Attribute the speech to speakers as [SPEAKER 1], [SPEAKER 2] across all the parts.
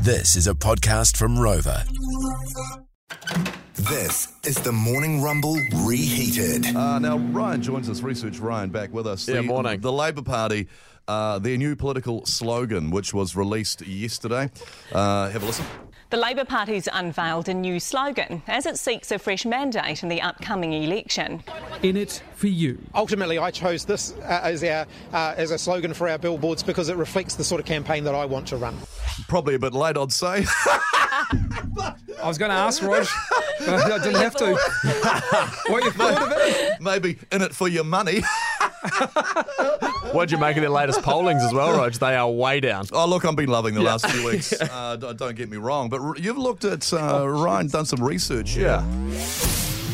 [SPEAKER 1] This is a podcast from Rover.
[SPEAKER 2] This is the Morning Rumble Reheated.
[SPEAKER 3] Uh, now, Ryan joins us, Research Ryan, back with us.
[SPEAKER 4] Yeah, morning.
[SPEAKER 3] The Labor Party, uh, their new political slogan, which was released yesterday. Uh, have a listen.
[SPEAKER 5] The Labor Party's unveiled a new slogan as it seeks a fresh mandate in the upcoming election.
[SPEAKER 6] In it for you.
[SPEAKER 7] Ultimately, I chose this uh, as our uh, as a slogan for our billboards because it reflects the sort of campaign that I want to run.
[SPEAKER 3] Probably a bit late, I'd say.
[SPEAKER 6] I was going to ask Rog, but I didn't have to. what you thought of it?
[SPEAKER 3] Maybe in it for your money.
[SPEAKER 4] What'd you make of their latest pollings as well, Rog? They are way down.
[SPEAKER 3] oh, look, I've been loving the last few weeks. Uh, d- don't get me wrong, but r- you've looked at
[SPEAKER 4] Oh,
[SPEAKER 3] uh, Ryan, done some research here.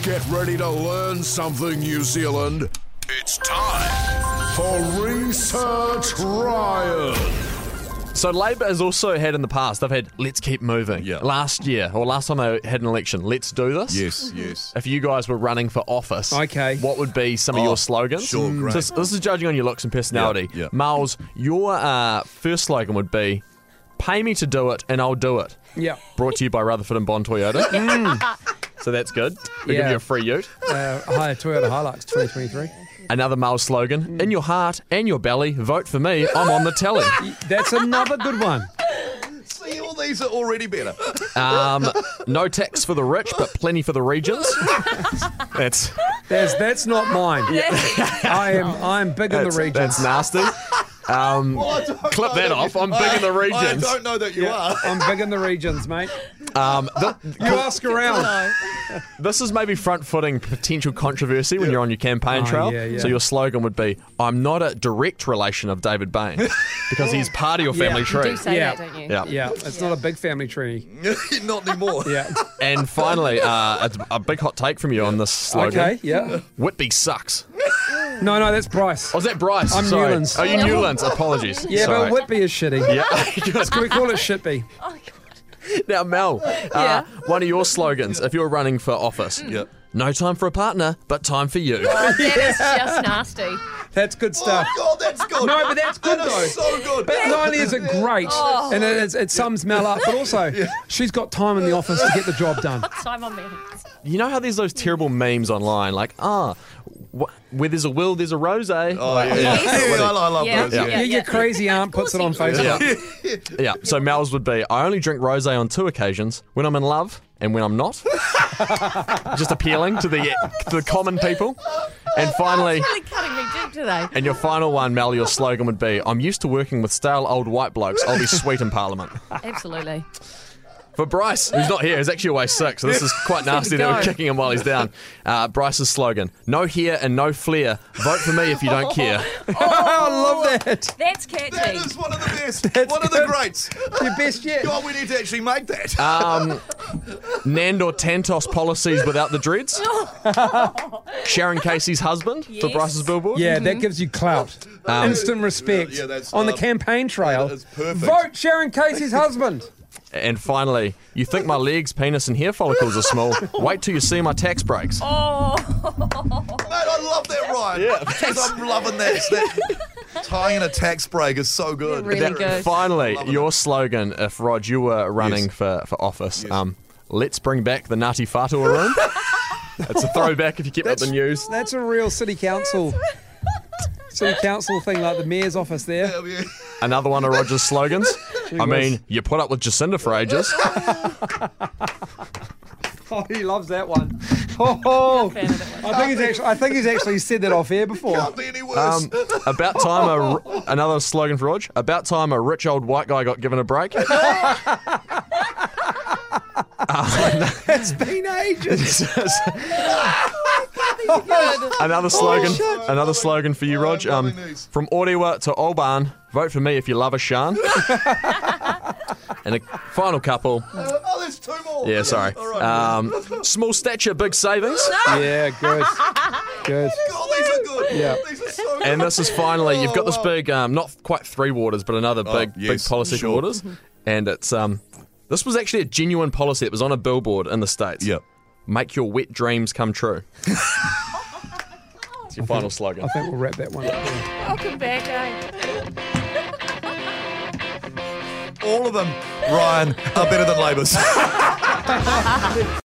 [SPEAKER 8] Get ready to learn something, New Zealand. It's time for Research Ryan.
[SPEAKER 4] So Labor has also had in the past, they've had let's keep moving.
[SPEAKER 3] Yeah.
[SPEAKER 4] Last year, or last time they had an election, let's do this.
[SPEAKER 3] Yes, yes.
[SPEAKER 4] If you guys were running for office,
[SPEAKER 6] Okay.
[SPEAKER 4] what would be some of
[SPEAKER 3] Oh,
[SPEAKER 4] your slogans?
[SPEAKER 3] sure,
[SPEAKER 4] Mm.
[SPEAKER 3] great.
[SPEAKER 4] This, this is judging on your looks and personality.
[SPEAKER 3] Yeah, yeah.
[SPEAKER 4] Miles, your uh, first slogan would be, "Pay me to do it, and I'll do it."
[SPEAKER 6] Yeah.
[SPEAKER 4] Brought to you by Rutherford and Bond Toyota.
[SPEAKER 3] Mm.
[SPEAKER 4] So that's good. We will give
[SPEAKER 6] Yeah.
[SPEAKER 4] you a free ute.
[SPEAKER 6] Uh, higher Toyota Hilux 2023.
[SPEAKER 4] Another Miles slogan: "In your heart and your belly, vote for me. I'm on the telly."
[SPEAKER 6] That's another good one.
[SPEAKER 3] See, all these are already better.
[SPEAKER 4] Um, no tax for the rich, but plenty for the regions. That's
[SPEAKER 6] That's that's not mine. I am I'm big in the
[SPEAKER 4] that's,
[SPEAKER 6] regions.
[SPEAKER 4] that's nasty. Um, clip that off. I'm big in the
[SPEAKER 3] I
[SPEAKER 4] regions.
[SPEAKER 3] don't know that you are.
[SPEAKER 6] I'm big in the regions, mate.
[SPEAKER 4] Um, th-
[SPEAKER 6] You ask around.
[SPEAKER 4] this is maybe front-footing potential controversy when you're on your campaign
[SPEAKER 6] Oh,
[SPEAKER 4] trail.
[SPEAKER 6] yeah, yeah.
[SPEAKER 4] So your slogan would be, "I'm not a direct relation of David Bain because he's part of your family
[SPEAKER 6] Yeah.
[SPEAKER 4] tree."
[SPEAKER 9] say
[SPEAKER 6] Yeah.
[SPEAKER 9] that, don't you?
[SPEAKER 4] Yeah.
[SPEAKER 6] Yeah, it's not a big family tree.
[SPEAKER 3] Not anymore.
[SPEAKER 6] Yeah.
[SPEAKER 4] And finally, uh, a, a big hot take from you on this slogan.
[SPEAKER 6] Okay, yeah.
[SPEAKER 4] Whitby sucks.
[SPEAKER 6] No, no, that's Bryce.
[SPEAKER 4] Oh, is that Bryce?
[SPEAKER 6] I'm
[SPEAKER 4] Sorry.
[SPEAKER 6] Newlands.
[SPEAKER 4] Oh, you Newlands. Apologies.
[SPEAKER 6] Yeah,
[SPEAKER 4] Sorry.
[SPEAKER 6] but Whitby is shitty.
[SPEAKER 4] Yeah. Good.
[SPEAKER 6] Can we call it Shitby?
[SPEAKER 9] Oh,
[SPEAKER 4] Now, Mel, uh, one of your slogans if you're running for office.
[SPEAKER 3] Yep.
[SPEAKER 4] No time for a partner, but time for you.
[SPEAKER 9] That is just nasty.
[SPEAKER 6] That's good stuff.
[SPEAKER 3] Oh God, that's good.
[SPEAKER 6] No, but that's good
[SPEAKER 3] That is
[SPEAKER 6] though.
[SPEAKER 3] so good.
[SPEAKER 6] But not only is it great, and it, it's- it sums Mel up, but also she's got time in the office to get the job done.
[SPEAKER 9] Time on me.
[SPEAKER 4] You know how there's those terrible memes online, like ah, wh- where there's a will, there's a rose.
[SPEAKER 3] Oh, yeah, yeah.
[SPEAKER 9] Yes.
[SPEAKER 3] Yeah, I, I love
[SPEAKER 9] Yeah.
[SPEAKER 3] those.
[SPEAKER 4] Yeah.
[SPEAKER 6] Yeah, your crazy aunt puts it on Facebook.
[SPEAKER 4] Yeah. yeah. So Mel's would be I only drink rose on two occasions when I'm in love and when I'm not. Just appealing to the, to the common people. And finally,
[SPEAKER 9] Really cutting me deep today.
[SPEAKER 4] and your final one, Mel, your slogan would be I'm used to working with stale old white blokes. I'll be sweet in Parliament.
[SPEAKER 9] Absolutely.
[SPEAKER 4] For Bryce, who's not here, he's actually away sick, so this is quite nasty that we're
[SPEAKER 9] go.
[SPEAKER 4] kicking him while he's down. Uh, Bryce's slogan No hair and no flair. Vote for me if you don't care.
[SPEAKER 6] Oh, I love that.
[SPEAKER 9] That's catchy.
[SPEAKER 3] That is one of the best. one of the greats.
[SPEAKER 6] Your best yet.
[SPEAKER 3] God, we need to actually make that.
[SPEAKER 4] Um, Nandor Tantos policies without the dreads. Sharon Casey's husband for
[SPEAKER 9] Yes.
[SPEAKER 4] Bryce's billboard.
[SPEAKER 6] Yeah, that gives you clout. Instant respect
[SPEAKER 3] Yeah, that's,
[SPEAKER 6] on the
[SPEAKER 3] uh,
[SPEAKER 6] campaign trail.
[SPEAKER 3] that is perfect.
[SPEAKER 6] Vote Sharon Casey's husband.
[SPEAKER 4] And finally, you think my legs, penis, and hair follicles are small? Wait till you see my tax breaks.
[SPEAKER 9] Oh,
[SPEAKER 3] Mate, I love that, Ryan. Yeah. I'm loving that. that tying in a tax break is so good.
[SPEAKER 9] Really
[SPEAKER 3] That-
[SPEAKER 9] good.
[SPEAKER 4] Finally,
[SPEAKER 3] Loving
[SPEAKER 4] your slogan, if Rod, you were running
[SPEAKER 3] Yes.
[SPEAKER 4] for, for office, um, let's bring back the Nati Fatua room. it's a throwback if you keep up the news.
[SPEAKER 6] That's a real city council. City council thing, like the mayor's office there.
[SPEAKER 3] Hell yeah.
[SPEAKER 4] Another one of Roger's slogans. I mean, you put up with Jacinda for ages.
[SPEAKER 6] Oh, he loves that one. Oh,
[SPEAKER 9] Fan of that one.
[SPEAKER 6] I think he's actually. I think he's actually said that off air before.
[SPEAKER 3] Can't be any worse.
[SPEAKER 4] Um, about time a r- another slogan for Roger. About time a rich old white guy got given a break.
[SPEAKER 6] It's been ages.
[SPEAKER 4] another
[SPEAKER 3] Oh,
[SPEAKER 4] slogan.
[SPEAKER 6] shit.
[SPEAKER 4] another slogan for you, Rog.
[SPEAKER 3] I'm
[SPEAKER 4] Um,
[SPEAKER 3] loving these.
[SPEAKER 4] from Orewa to Oban, vote for me if you love a Shan. and a final couple.
[SPEAKER 3] oh, there's two more.
[SPEAKER 4] Yeah, sorry.
[SPEAKER 3] All right.
[SPEAKER 4] Um, small stature, big savings.
[SPEAKER 6] Yeah, good, good.
[SPEAKER 3] God, these are good.
[SPEAKER 6] Yeah.
[SPEAKER 3] These are so good.
[SPEAKER 4] And this is finally, you've got this
[SPEAKER 3] Oh, wow.
[SPEAKER 4] big, um, not quite three waters, but another big, big
[SPEAKER 3] yes,
[SPEAKER 4] policy
[SPEAKER 3] sure.
[SPEAKER 4] for waters. And it's, um, this was actually a genuine policy. It was on a billboard in the States.
[SPEAKER 3] Yep.
[SPEAKER 4] Make your wet dreams come true. It's your final slogan.
[SPEAKER 6] I think we'll wrap that one up. there.
[SPEAKER 9] Welcome back, eh?
[SPEAKER 3] All of them. Ryan are better than Labour's.